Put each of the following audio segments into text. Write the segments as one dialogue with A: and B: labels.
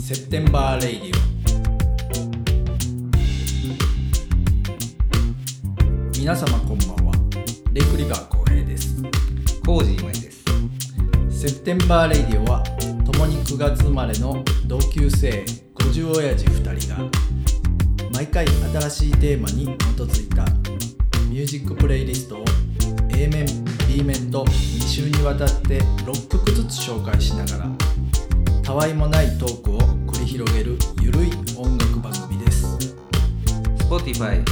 A: セプテンバーレイディオ皆様こんばんはレイクリバー浩平です
B: コージーマイです。
A: セプテンバーレイディオは共に9月生まれの同級生50親父2人が毎回新しいテーマに基づいたミュージックプレイリストを A 面 B 面と2週にわたって6曲ずつ紹介しながらたわいもないトークを繰り広げるゆるい音楽番組です
B: Spotify、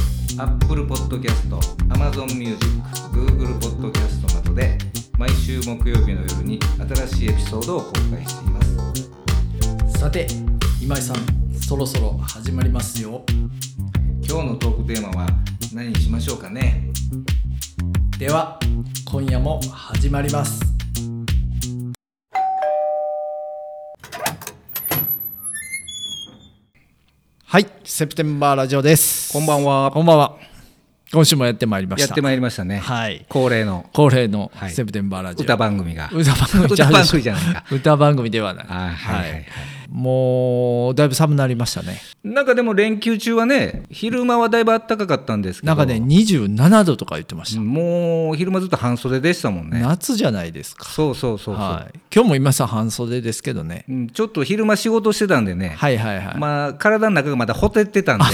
B: Apple Podcast、Amazon Music、Google Podcast などで毎週木曜日の夜に新しいエピソードを公開しています。
A: さて今井さんそろそろ始まりますよ
B: 今日のトークテーマは何にしましょうかね
A: では今夜も始まりますはいセプテンバーラジオです
B: こんばんは
A: こんばんは今週もやってまいりまし
B: や
A: た
B: ってまいりましたね。
A: はい
B: 恒例の
A: 恒例の
B: はい
A: セプテンバーラジオ、
B: 歌番組が。
A: 歌番組
B: 歌番組じゃないか。
A: 歌番組ではない、
B: あはいはいはい
A: もうだいぶ寒なりましたね
B: なんかでも連休中はね、昼間はだいぶ暖かかったんですけ
A: な
B: ど、
A: んかね27度とか言ってました、
B: もう昼間ずっと半袖でしたもんね。
A: 夏じゃないですか
B: そうそうそうそう、
A: はい、今日も今さ半袖ですけどね、
B: うんちょっと昼間仕事してたんでね、
A: はいはいはい、
B: まあ、体の中がまだほてって たんで、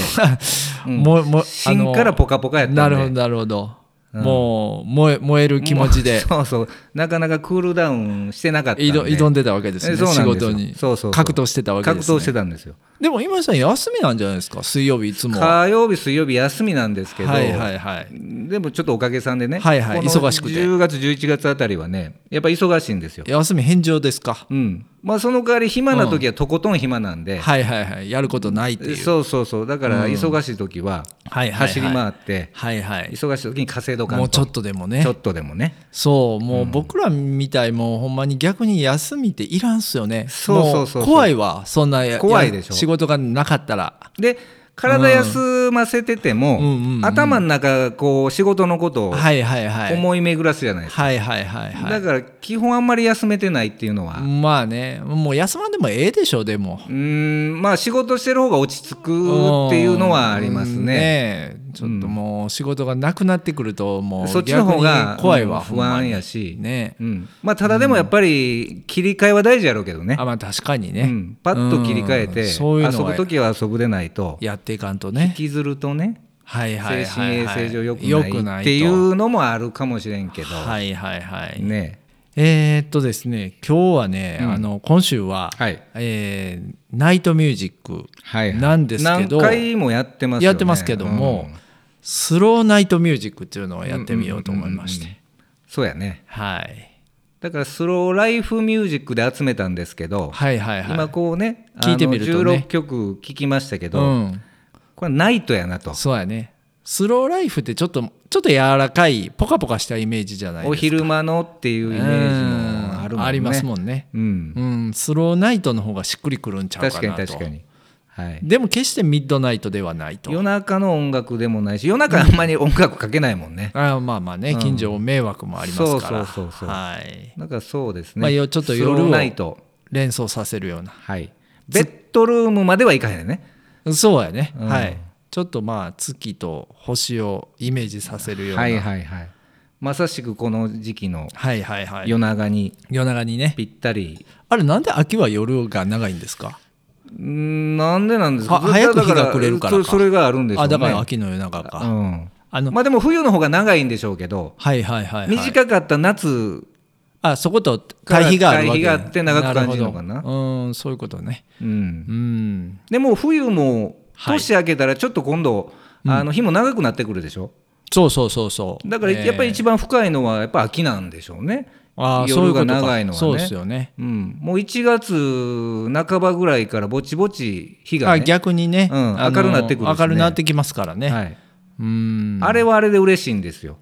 B: うん
A: もうもうあの
B: 芯からポカポカやったんで、
A: なるほどなるほど、もう燃え燃える気持ちで
B: もう そうそう、なかなかクールダウンしてなかったんで、
A: 挑挑んでたわけですね
B: えそう
A: 仕
B: なんですよ
A: 事に
B: そうそうそう
A: 格闘してたわけ
B: 格
A: です、ね、
B: 闘してたんですよ。
A: でも今井さん休みなんじゃないですか水曜日いつもは
B: 火曜日、水曜日、休みなんですけ
A: い
B: ど、
A: はいはい
B: でもちょっとおかげさんでね、
A: はいはい
B: この
A: 忙しくて
B: 10月、11月あたりはね、やっぱ忙しいんですよ。
A: 休み返上ですか、
B: うんまあ、その代わり、暇な時はとことん暇なんで、
A: はいはいはいやることないっていう
B: そうそうそう、だから忙しい時は
A: はいはいはい
B: 走り回って、
A: はいはい
B: 忙しい時に稼いどかん
A: もうちょ
B: と
A: っとでもね
B: ちょっとでもね。
A: そうもう僕らみたいもうほんまに逆に休みっていらんすよね
B: そうそうそうそう
A: も怖いわそんなや
B: 怖いでしょ
A: 仕事がなかったら
B: で体休ませてても、
A: うんうんうんうん
B: 頭の中こう仕事のことを
A: はいはいはい
B: 思い巡らすじゃないですか、
A: はいはいはいは
B: だから基本あんまり休めてないっていうのは、
A: いまあねもう休まんでもええでしょでも
B: うーんまあ仕事してる方が落ち着くっていうのはあります
A: うん
B: ね。
A: えちょっともう仕事がなくなってくるともう
B: そっちの方
A: 逆
B: が
A: に怖いわ
B: うん不安や
A: ほん
B: し
A: まに、ね
B: うんまあ、ただでもやっぱり切り替えは大事やろうけどね、
A: あまあ確かに
B: う
A: ね
B: ん、パッと切り替えて、
A: うんそういう
B: 遊
A: のは
B: ぶ時は遊ぶでないと、
A: やっていかんと
B: 引
A: ね
B: きずるとね、
A: はいはい
B: 精
A: は
B: 神
A: い、
B: 衛
A: はい、
B: 生上良く
A: 良
B: ない
A: と
B: っていうのもあるかもしれんけど、
A: はいはいはい、
B: ね。
A: えー、っとですね今日はね、あの今週は、
B: はい
A: えーナイトミュージック
B: はいはい
A: なんですけど
B: 何回もやってますよね
A: やってますけども、
B: うん
A: スローナイトミュージックっていうのをやってみようと思いまして、
B: そうやね
A: はい、
B: だからスローライフミュージックで集めたんですけど、
A: はいはいはい
B: 今こうねあの
A: 聞いてみるとね
B: 16曲聴きましたけど、
A: うん、
B: これナイトやなと
A: そうやねスローライフってちょっとちょっと柔らかいポカポカしたイメージじゃないですか
B: お昼間のっていうイメージもあ
A: う
B: るもんね
A: んありますもんね、
B: うん
A: うん、スローナイトの方がしっくりくるんちゃうかなと
B: 確かに確かに、はい、
A: でも決してミッドナイトではないと
B: 夜中の音楽でもないし夜中あんまり音楽かけないもんね、
A: あまあまあね近所迷惑もありますから、
B: そうそうそうそう
A: はい
B: なんかそうですね、
A: まあよちょっと夜を
B: スローナイト
A: 連想させるような
B: はいベッドルームまではいかへんね
A: そうやね、
B: うん
A: はいちょっとまあ月と星をイメージさせるような、
B: はいはいはいまさしくこの時期の
A: はいはいはい
B: 夜長に
A: 夜長にね
B: ぴったり、
A: あれなんで秋は夜が長いんですか
B: うんなんでなんですか
A: は早く
B: だ
A: 日が暮れるからか
B: そそれがあるんでしょうね
A: あだから秋の夜長か、
B: うん
A: あの
B: まあでも冬の方が長いんでしょうけど、
A: はいはいはい、はい、
B: 短かった夏
A: あそこと対比があるわけ
B: 対比があって長く感じるのかな
A: るほどうんそういうことね
B: うん
A: うん
B: でも冬も
A: はい
B: 年明けたらちょっと今度、あの日も長くなってくるでしょ
A: そうそうそうそう
B: だから
A: ね
B: やっぱり一番深いのはやっぱ秋なんでしょうね、
A: あーそうい
B: 夜
A: うこ
B: が
A: とか
B: 長いのはね
A: そうですよね
B: うん、もう1月半ばぐらいからぼちぼち日が
A: あ
B: ね
A: 逆にね、
B: うん
A: あの
B: 明るなってくるしね
A: 明るなってきますからね、
B: はい、
A: うん
B: あれはあれで嬉しいんですよ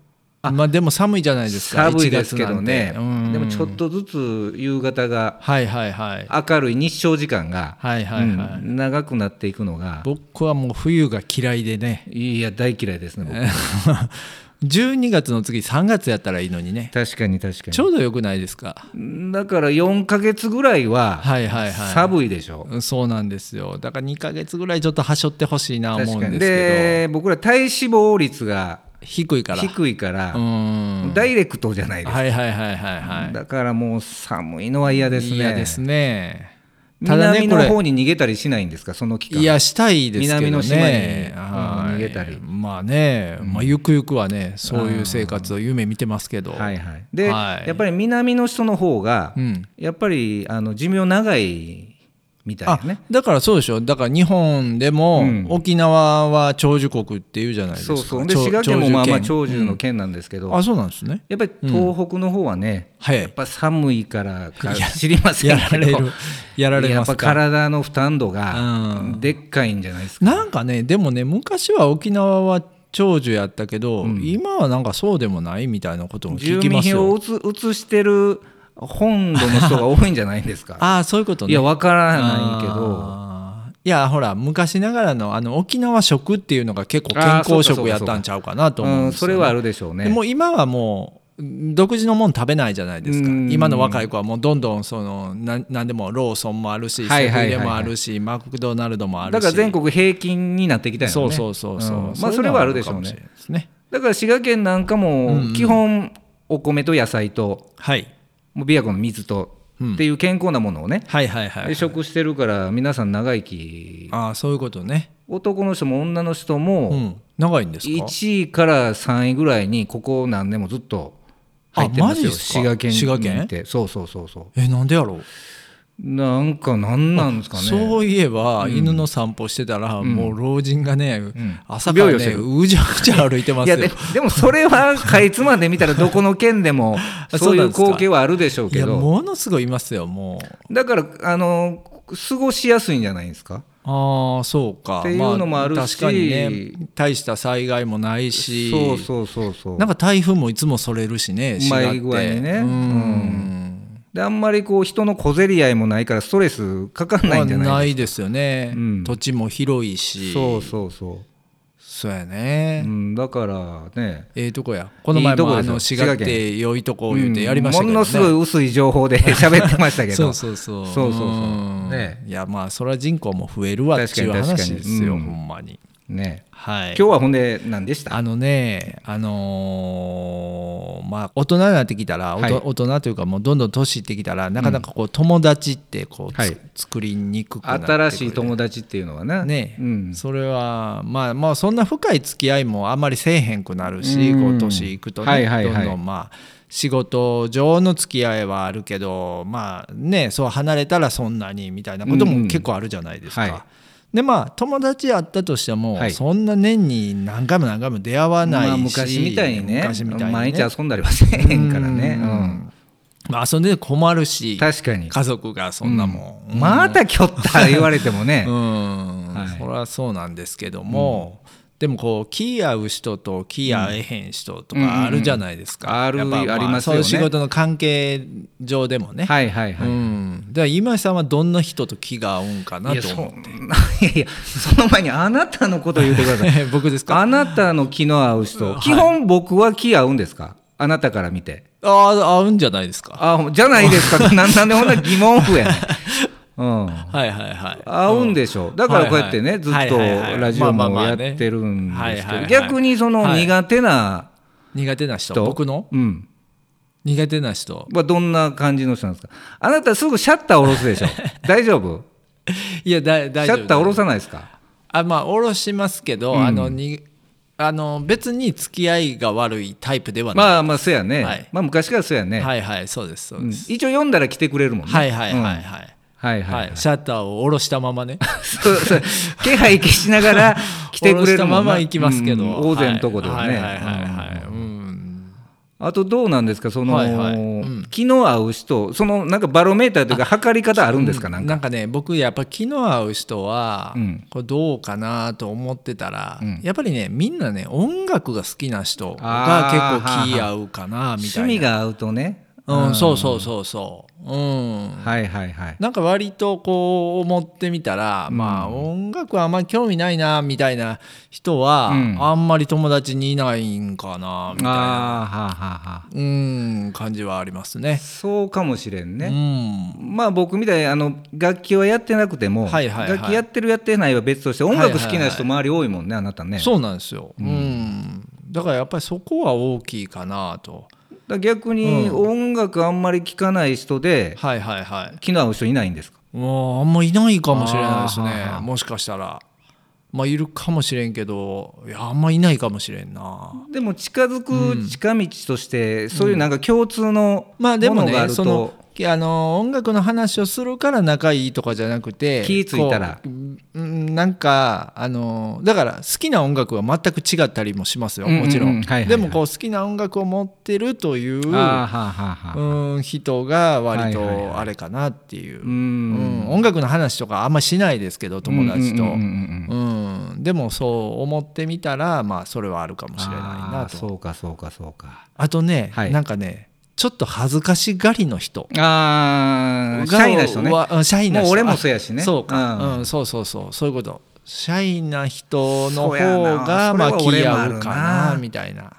A: まあでも寒いじゃないですか
B: 寒いですけど
A: 1
B: ね
A: 月なんてうん
B: でもちょっとずつ夕方が
A: はいはいはい
B: 明るい日照時間が、
A: はいはいはい、
B: うん長くなっていくのが
A: 僕はもう冬が嫌いでね
B: いや大嫌いですね僕
A: 12月の次3月やったらいいのにね
B: 確かに確か
A: ちょうどよくないですか
B: にだから4ヶ月ぐらいは
A: はいはいはい
B: 寒いでしょ、
A: うんそうなんですよだから2ヶ月ぐらいちょっとはしょってほしいな思
B: 確
A: うん
B: か
A: です
B: にで僕ら体脂肪率が
A: けど低いから
B: 低いから、
A: うーん
B: ダイレクトじゃないですか、
A: はいはいはいはいはい
B: だからもう寒いのは嫌ですね
A: 嫌ですねただね
B: 南
A: こ
B: の
A: れ
B: 方に逃げたりしないんですかその期間
A: いやしたいですけどね
B: 南の島に
A: はい
B: うん逃げたり
A: まあね、まあ、ゆくゆくはねそういう生活を夢見てますけど、
B: はいはいで、
A: はい
B: やっぱり南の人の方が、
A: うん
B: やっぱりあの寿命長いみたい
A: あ
B: なね
A: だからそうでしょだから日本でも、
B: うん
A: 沖縄は長寿国っていうじゃないです
B: そ
A: か
B: うそうで
A: 長
B: 滋賀県もまあまあ長寿
A: 県
B: の県なんですけど、
A: あそうなんですね
B: やっぱり東北の方はね、
A: はい
B: やっぱ寒いからか知りませ
A: や
B: んけ
A: ら
B: ど
A: れるやられ
B: や
A: ま
B: っぱ
A: すか
B: 体の負担度が
A: う
B: でっかいんじゃないですか、
A: なんかねでもね昔は沖縄は長寿やったけど、今はなんかそうでもないみたいなことも聞
B: 住
A: き
B: 民
A: ます
B: 票
A: よ
B: を移してる本土の人が多いんじゃないんですか
A: ああそういうこと
B: い
A: ね
B: やわからないけど
A: あーいやほら昔ながらのあの沖縄食っていうのが結構健康食やったんちゃうかなと
B: う
A: 思うん
B: ん
A: です
B: そ
A: よ、ね
B: れはあるでしょうね
A: でもう今はもう独自のもん食べないじゃないですか
B: うん
A: 今の若い子はもうどんどんそのなんなんでもローソンもあるしセ
B: はい
A: ブ
B: はいはいは
A: ン
B: い
A: でもあるしマクドナルドもあるし
B: だから全
A: 国
B: 国平均になってきたよね
A: そうそうそうそう、
B: んまあそれはあるでしょう
A: そういうのはあるかもしれ
B: ね
A: ないですね
B: だから滋賀県なんかも基本お米と野菜と
A: はい
B: もう琵琶湖の水とっていう健康なものをね
A: はいはいはい
B: で食してるから皆さん長生き
A: ああそういうことね
B: 男の人も女の人
A: う
B: も
A: ん長いんですか
B: 1位から3位ぐらいにここ何年もずっと入って
A: あマ
B: ま
A: ジ
B: す
A: で
B: よ
A: すか
B: 滋賀県
A: 滋賀県
B: にってそうそうそうそ
A: えなんでやろう
B: うなんかなんなんですかね
A: そういえば、犬の散歩してたら、もう老人がね、
B: ん
A: 朝から
B: 病々し
A: ね
B: てる
A: うじゃうじゃ歩いてま
B: い
A: す
B: や
A: よ。
B: ででもそれはかいつまんで見たらどこの県でも
A: あそ
B: そううい
A: なん
B: う
A: ですか
B: 光景はあるでしょう
A: い
B: け
A: や
B: ど
A: ものすごいいますよもう。
B: だからあの過ごしやすいんじゃないですか
A: ああそうか。
B: っていうのもあるし
A: ま確かにね大した災害もないし
B: そうそうそうそう
A: なんか台風もいつもそれるしね滋賀って
B: うまい具合にね
A: うん
B: であんまりこう人の小競り合いもないからストレスかかんないんじゃ
A: まあ
B: ない
A: ないですよね、
B: うん
A: 土地も広いし
B: そうそうそ
A: そうや
B: う、
A: ね、
B: うん、だからね
A: ええとこやこの前
B: いいと
A: も
B: こ
A: あ
B: ですよ
A: の滋賀っ
B: 滋賀
A: て良いとこ言うてやりましたけどね、
B: ものすごい薄い情報で喋ってました けど
A: そうそうそう。
B: そうそうそうんね
A: いやまあそれは人口も増えるわっていう
B: 確かに確か
A: 話
B: に
A: ですよ、
B: うん
A: ほんまに。
B: ね
A: はい。
B: 今日はほんで何でした
A: あのね、あのーまあ大人になってきたら、おと
B: はい
A: 大人というかもうどんどん年いってきたらなかなかこう友達ってこうつ、
B: はい
A: 作りにくくなってくる
B: 新しい友達っていうのはね
A: ね
B: うん、
A: それはまあまあそんな深い付き合いもあんまりせえへんくなるし、
B: うん
A: こう年いくとね、
B: はいはいはい
A: どんどんまあ仕事上の付き合いはあるけどまあねそう離れたらそんなにみたいなこと
B: うんう
A: も
B: ん
A: 結構あるじゃないですか。
B: はい
A: でまあ友達やったとしても、
B: はい
A: そんな年に何回も何回も出会わないし、
B: まあ、昔みたいにね
A: 昔みたいにね
B: 毎日遊んだりはせえへんからね、
A: う
B: うんん
A: まあ遊んで困るし
B: 確かに
A: 家族がそんなもん、
B: またきょった言われてもね、
A: うん、
B: はい
A: それはそうなんですけども、でもこう気合う人と気合えへん人とかあるじゃないですか、
B: うんうんうんある
A: やっぱ
B: あります
A: そ
B: よ
A: う
B: ね
A: いう仕事の関係上でもね、
B: はいはいはい、
A: うん、で今井さんはどんな人と気が合うんかない
B: や
A: と
B: そ
A: 思うん
B: ないやいやその前にあなたのことを言っ てください
A: 僕ですか
B: あなたの気の合う人、基本僕は気合うんですかあなたから見て
A: ああ合うんじゃないですか
B: あじゃないで すかなんなんでこんな疑問符やねん、うん、
A: はいはいはい
B: 合うんでしょうだからこうやってね、
A: はい
B: ず
A: はい
B: っと
A: はいはいはい
B: ラジオ
A: まあ
B: も
A: まあま
B: や
A: あ
B: っ
A: ね
B: てるんですけど、
A: はいはいはい
B: 逆にその
A: はい
B: 苦手な
A: 苦手な人
B: 人、
A: 僕の
B: うん
A: 苦手な人
B: はどんな感じの人なんですかあなたすぐシャッター下ろ すでしょ大丈夫
A: いやだ大丈
B: シ
A: 夫
B: ャッター下ろさないですか
A: あまあ下ろしますけど、あのにあの別に付き合いが悪いタイプではない、
B: まあまあそうやね、
A: はい
B: まあ昔からそうやね、
A: はいはいそうですそう
B: うん
A: です、
B: 一応読んだら来てくれるもんね
A: はいはい
B: うん
A: はいはい、
B: はいはい、
A: はい、シャッターを下ろしたままね
B: そうそう気配消しながら 来てくれる
A: 下ろした
B: も
A: ま
B: んな
A: ま行きますけど、
B: うん大勢のとこではね、
A: はいはいはいはい、うん
B: ああとどうなんですかその、
A: はいはい
C: ん
B: 気の合う人そのなんかバロメーターというか測り方あるんですかなんか
A: なんかね僕やっぱ気の合う人は、
B: うん
A: これどうかなと思ってたら、
B: うん
A: やっぱりねみんなね音楽が好きな人
B: あ
A: が
B: ー
A: 結構気合うかなみたいな
B: 趣味が合うとね
A: うん、そうそうそうそううん、
B: はいはいはい
A: なんか割とこう思ってみたら、まあ音楽はあんまり興味ないなみたいな人は、
B: うん
A: あんまり友達にいないんかなみたいな
B: あーはあはあはあ
A: うん感じはありますね。
B: そうかもしれん
A: う
B: ね、
A: ん、
B: まあ僕みたいにあの楽器はやってなくても、
A: はいはいはい
B: 楽器やってるやってないは別として音楽好きな
A: はい
B: 人周り多いもんねあなたね
A: そうなんですよ、うんだからやっぱりそこは大きいかなと。
B: だから逆に音楽あんまり聴かない人で、
A: はいはいはい。
B: 気の合う人いないんですか
A: もうあんまいないかもしれないです
B: あーはー
A: ね
B: はー
A: もしかしたら。まあいるかもしれんけどいやあんまいないかもしれんな。
B: でも近づく近道として、そういうなんか共通の
A: まあでも
B: ものがあ
A: ね
B: る
A: そ
B: と
A: のきあの音楽の話をするから仲いいとかじゃなくて
B: 気ぃついたら
A: こううんなんかあのだから好きな音楽は全く違ったりもしますよもちろん,、
B: うんうんうんはいはいはい
A: でもこう好きな音楽を持ってるという
B: あーはあはあはあ
A: うん人が割
B: はいはいはい
A: とあれかなっていう、
B: う
A: うん
B: ん
A: 音楽の話とかあんましないですけど友達と、
B: う
A: うん
B: うんうんうんうん
A: でもそう思ってみたらまあそれはあるかもしれないな
B: あー
A: と
B: そうかそうかそうか
A: あとね、
B: はい
A: なんかねちょっと恥ずかしがりの人
B: ああシャイな人ね
A: わうんシャイな人
B: もう俺もそうやしね
A: あそうか、
B: う
A: うんんそうそうそうそういうことシャイな人の
B: そ
A: 方
B: うやな
A: がまあ
B: それ
A: 気
B: は俺も
A: 合
B: あるな
A: うかなみたいな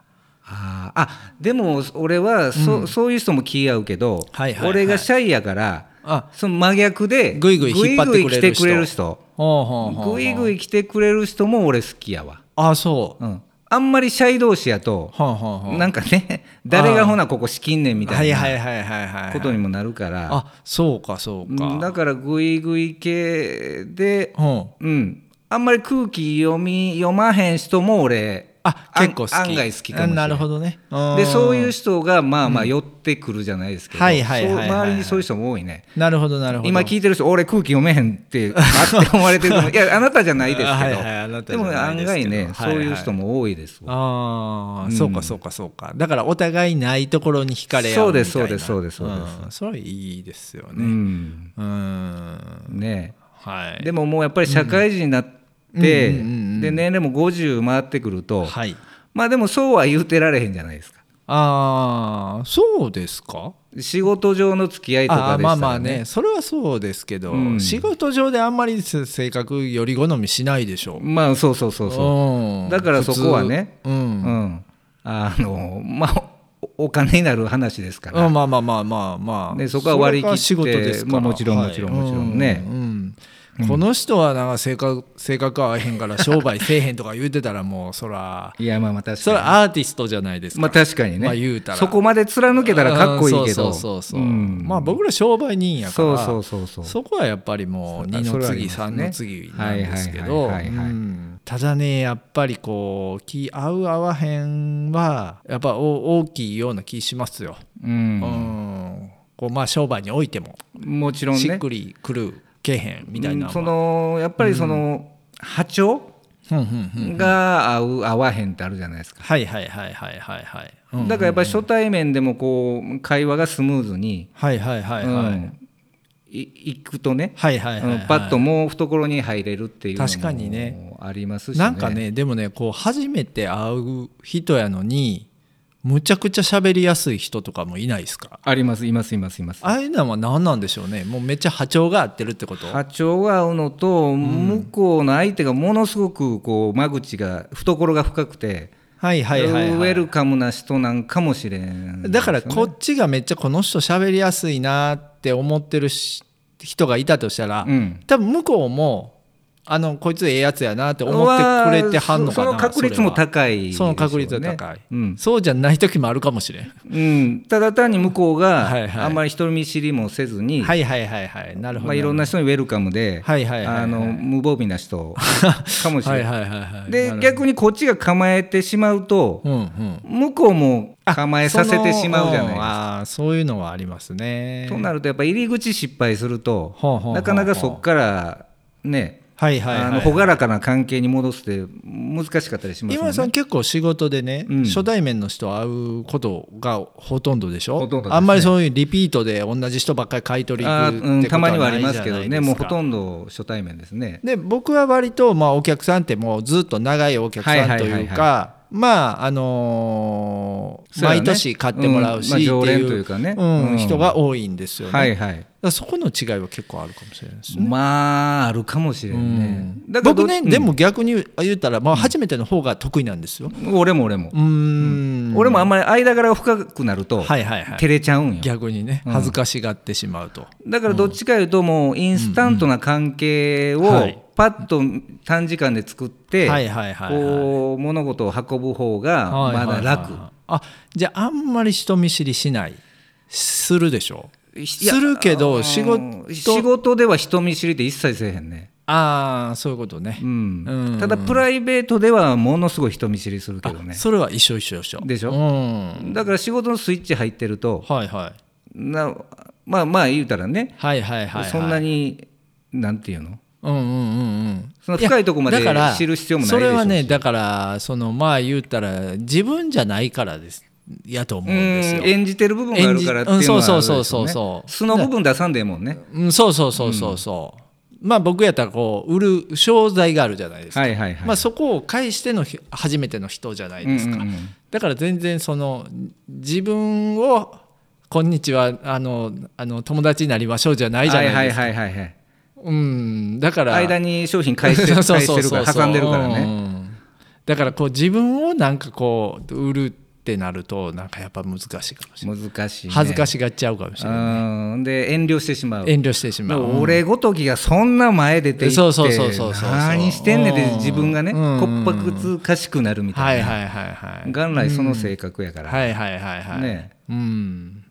B: あーあでも俺はそ,、うそういう人も気合うけど、
A: はいはいはい
B: 俺がシャイやから
A: あ
B: その真逆で
A: ぐいぐい引っ張ってくれる人
B: ぐいぐい来てくれる人
A: ほうほうほうほう
B: ぐいぐい来てくれる人も俺好きやわ、
A: あそう
B: うん、あんまりシャイ同士やと
A: はあはあはあ
B: なんかね 誰がほなここ資金ねんみたい
A: は
B: ない
A: はいはいはいはい
B: ことにもなるから
A: あそうかそう
B: うんだ
A: か
B: からぐいぐい系で
A: うん
B: うんあんまり空気読み読まへん人も俺
A: あ
B: あん
A: 結構好き
B: 案外好きかもしれん
A: あなるほどね
B: でそういううん人がまあまあ寄ってくるじゃないですけど、
A: はいはいはいはい
B: そう周りにそういう人も多いね。
A: なるほどなるほど
B: 今聞いてる人、俺空気読めへんって、あって思われてると 思う。いや、あなたじゃないですけど、
A: はいはいあなた
B: で
A: じゃ
B: も
A: ない
B: 案
A: ですけ
B: 外
A: ど
B: ね、
A: はいはい
B: そういう人も多いですわ。
A: ああ、そうかそうかそうかだからお互いないところに惹かれ合うみたいな
B: そうですそうですそうですそうです
A: んそれはいいですよ
B: う
A: ね
B: ん、
A: うん
B: ね
A: はい
B: でももうやっぱり社会人になって、
A: うんうんうんうん
B: で年齢も50回ってくると、
A: はい
B: まあでもそうは言うてられへんじゃないですか。
A: ああそうですか
B: 仕事上の付き合いと
A: あ
B: か
A: あ
B: でしたら、ね、
A: まあまあねそれはそうですけど、
B: うん
A: 仕事上であんまり性格より好みしないでしょう
B: まあそうそうそうそう。
A: うん
B: だからそこはね
A: 普通うん
B: うん、あのまあおお金になる話ですから、
A: うんまあまあまあまあまあ
B: ねそこは割り切って
A: それが仕事ですから
B: まあもちろん
A: はい
B: もちろんもちろんね
A: うんうんこの人はなんか性格性格合わへんから商売せえへんとか言うてたらもうそら
B: いやまあまあ確
A: そ
B: か
A: らアーティストじゃないです
B: に
A: か、
B: まあ確かにね、
A: まあ言うたら
B: そこまで貫けたらかっこいいけど
A: うんそうそうそうそう、
B: うん
A: まあ僕ら商売人やか
B: そう
A: ら
B: そうそうそう
A: そこはやっぱりもう
B: そう
A: 二の
B: それはあり
A: 次
B: ますね
A: 三の次なんですけど
B: はいはいはいはいはい
A: うんただねやっぱりこう気合う合わへんはやっぱお大きいような気しますよ。
B: う、
A: うんんこうまあ商売においても
B: もちろん
A: しっ
B: ね
A: くりくるけへんみたいなのは
B: そのやっぱりその、波長
A: うんうんうん
B: が合う合わへんってあるじゃないですか、
A: はいはいはいはいはいはいうん
B: だからやっぱり初対面でもこう会話がスムーズに、
A: はいはいはいはいはい
B: うんいいくとね、
A: はいはいはい
B: うんパッともう懐に入れるっていうのも
A: 確かにね
B: ありますし、ね、
A: なんかねでもねこう初めて会う人やのにむちゃくちゃ喋りやすい人とかもいないですか
B: ありますいますいますいます
A: ああいうのは何なんでしょうねもうめっちゃ波長が合ってるってこと
B: 波長が合うのと、向こうの相手がものすごくこう間口が懐が深くて、
A: はいはいはい、
B: ウ
A: は
B: ェ
A: い、
B: ルカムな人なんかもしれん、
A: だからこっちがめっちゃこの人喋りやすいなって思ってるし人がいたとしたら、
B: うん
A: 多分向こうもあのこいつええやつやなって思ってくれてはんのかな
B: そその確率も
A: い
B: 高いでしょ
A: そう
B: ね、
A: の確率は高い、
B: うん
A: そうじゃない時もあるかもしれん
B: うん、ただ単に向こう
A: はいはい
B: があんまり人見知りもせずに、
A: はいはいはいはいなるほど、
B: まあ、いろんな人にウェルカムで、
A: はいはいはいはい
B: あの無防備な人かもしれ
A: は
B: ない
A: いはいはいはい
B: で逆にこっちが構えてしまうと、
A: うんうん
B: 向こうも構えさせてしまうじゃない
A: そ
B: です
A: の
B: か。
A: ああそういうのはありますね
B: となるとやっぱ入り口失敗すると、
A: ほうほうほうほう
B: なかなかそこからね、
A: はいはいはい
B: あの朗らかな関係に戻すって難しかったりしますも
A: 今井さ
B: ん
A: ん
B: ね。
A: 結構仕事でね、
B: うん
A: 初対面の人会うことがほとんどでしょ
B: ほとんどですね
A: あんまりそういうリピートで同じ人ばっかり買い取り
B: あ
A: 行くってことは
B: ー、うん、たまにはありますけど
A: ないじ
B: ね、
A: ゃない
B: もう
A: です
B: ほ
A: か
B: とんど初対面ですね。
A: で僕は割とまあお客さんってもうずっと長いお客
B: はいは
A: さん
B: い
A: と
B: はいはい
A: いうかまああのー
B: そうやね
A: 毎年買ってもらうし
B: うんま
A: っ
B: あ
A: て
B: 常連と
A: い
B: いううかね
A: うん
B: うん
A: 人が多いんですよね、
B: は
A: だ
B: い
A: か
B: はい。
A: らそこの違いは結構あるかもしれないですね。
B: まあ、あるかもしれ
A: うん
B: ね
A: ん。
B: だけど
A: 僕ね、
B: うん
A: でも逆に言ったら、まあ、初めての方が得意なんですよ。
B: 俺も俺も
A: う。ん
B: 俺もあんまり間柄が深くなる
A: は
B: と、
A: いはいはい
B: 照れちゃうんよ。
A: 逆にね
B: うん
A: 恥ずかしがってしまうと、
B: だからどっちかいうともうインスタントな関係を
A: うんはい
B: パッと短時間で作って
A: はいはいはいはい
B: こう物事を運ぶ方が
A: はいは
B: ま
A: いは
B: だ
A: い
B: 楽
A: あじゃああんまり人見知りしないするでしょ
B: いや
A: するけど
B: うん
A: 仕事
B: 仕事では人見知りって一切せえへんね、
A: ああそういうことね
B: う、ん
A: うん
B: ただプライベートではものすごい人見知りするけどね
A: それは一緒一緒一緒
B: でしょ
A: うん
B: だから仕事のスイッチ入ってると
A: はいはい
B: なまあまあ言うたらね、
A: はいはいはいはい
B: そんなになんていうの
A: うんうんうんうん
B: そんな深いとこまで
A: やだから
B: 知る必要もないでしょうし
A: それはねだからそのまあ言ったら自分じゃないからですやと思うんですよ
B: うん演じてる部分があるからっていう
A: 演じ
B: の
A: う
B: は
A: ん
B: あ
A: そう
B: るでしょ
A: そううそう
B: ね
A: そう
B: 素の部分出さんでええもんね
A: うん、そうそうそうそうそう、まあ僕やったらこう売る商材があるじゃないですか、
B: はいはいはい
A: まあ、そこを介してのひ初めての人じゃないですか、
B: うんうんうん
A: だから全然その自分を「こんにちはあのあの友達になりましょう」じゃないじゃないですか、
B: はいはいはいはいはい
A: うんだから
B: 間
A: に
B: に商品 返して返してるから挟んでるからね
A: だからこう自分をなんかこう売るってなるとなんかやっぱ難しいかもしれない、
B: 難しいね
A: 恥ずか
B: し
A: しがっちゃうかもしれない
B: いで遠慮してしまう
A: 遠慮してしまう、うん
B: 俺ごときがそんな前出ていって
A: そうそうそうそうそう
B: 何してんねんって自分がね
A: うんうんうん
B: こっぱくつかしくなるみ
A: は
B: た
A: い
B: いな
A: はいはいはい
B: 元来その性格やから
A: はいはいはいはい
B: ね
A: うん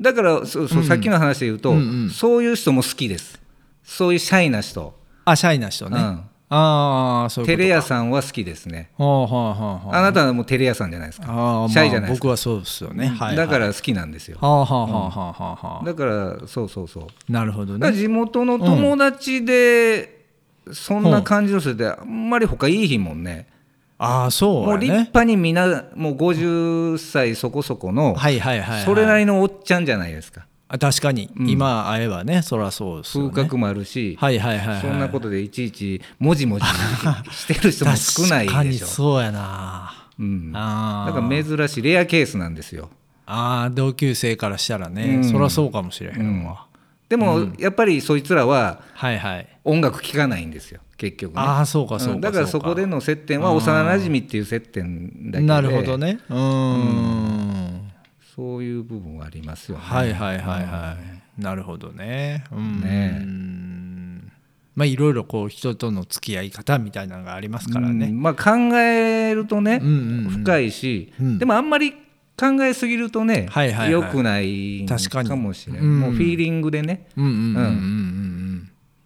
B: だからそうそうさっきの話で言うと
A: うんうん
B: そういう人も好きですそういうシャイな人
A: あシャイな人ね、
B: うん
A: ああそういう
B: テ
A: こと
B: レ屋さんは好きですね。
A: ほうほうほうほう
B: あなたはもうテレ屋さんじゃないですか。
A: あー
B: シャイじゃないですか
A: 僕はそうですよね、はいはい、
B: だから好きなんですよ。
A: はあはあはあはあはあは
B: だからそうそうそう。
A: あなるほど
B: だから
A: ね
B: 地元の友達で、そんな感じの人ってあんまり他いい日もんね。
A: ああそう
B: もう
A: や
B: 立
A: ね
B: 派にみんなもう50歳そこそこの、
A: はいはいはい、はい、
B: それな
A: り
B: りのおっちゃんじゃないですか。
A: 確かに、
B: うん
A: 今会えばねそりゃそうですよ、
B: 風
A: ね、
B: 格もあるし、
A: はいはいはい、はい、
B: そんなことでいちいちもじ もじしてる人も少ない
A: 確か
B: で
A: に
B: しょ。
A: そうやな、
B: うん、だ
A: ああ
B: から珍しいレアケースなんですよ。
A: あー同級生からしたらね、
B: うん
A: そりゃそうかもしれへんわ、
B: でも、やっぱりそいつらは
A: はいはい
B: 音楽聴かないんですよ結局ね
A: ああそうかそうか
B: んだからそこでの接点は幼なじみっていう接点だけで
A: なるほどねうーん
B: そういう部分はありますよね、
A: はいはいはいはいなるほどねうん
B: ね
A: まあいろいろこう人との付き合い方みたいなのがありますから
B: う
A: ね、
B: んまあ、考えるとね、
A: うんうんうん
B: 深いし、
A: うん
B: でもあんまり考えすぎるとね、
A: はいはいはい
B: 良くない
A: 確かに
B: もしれない、
A: うん
B: もうフィーリングでね
A: うん、うんうんうんうんうん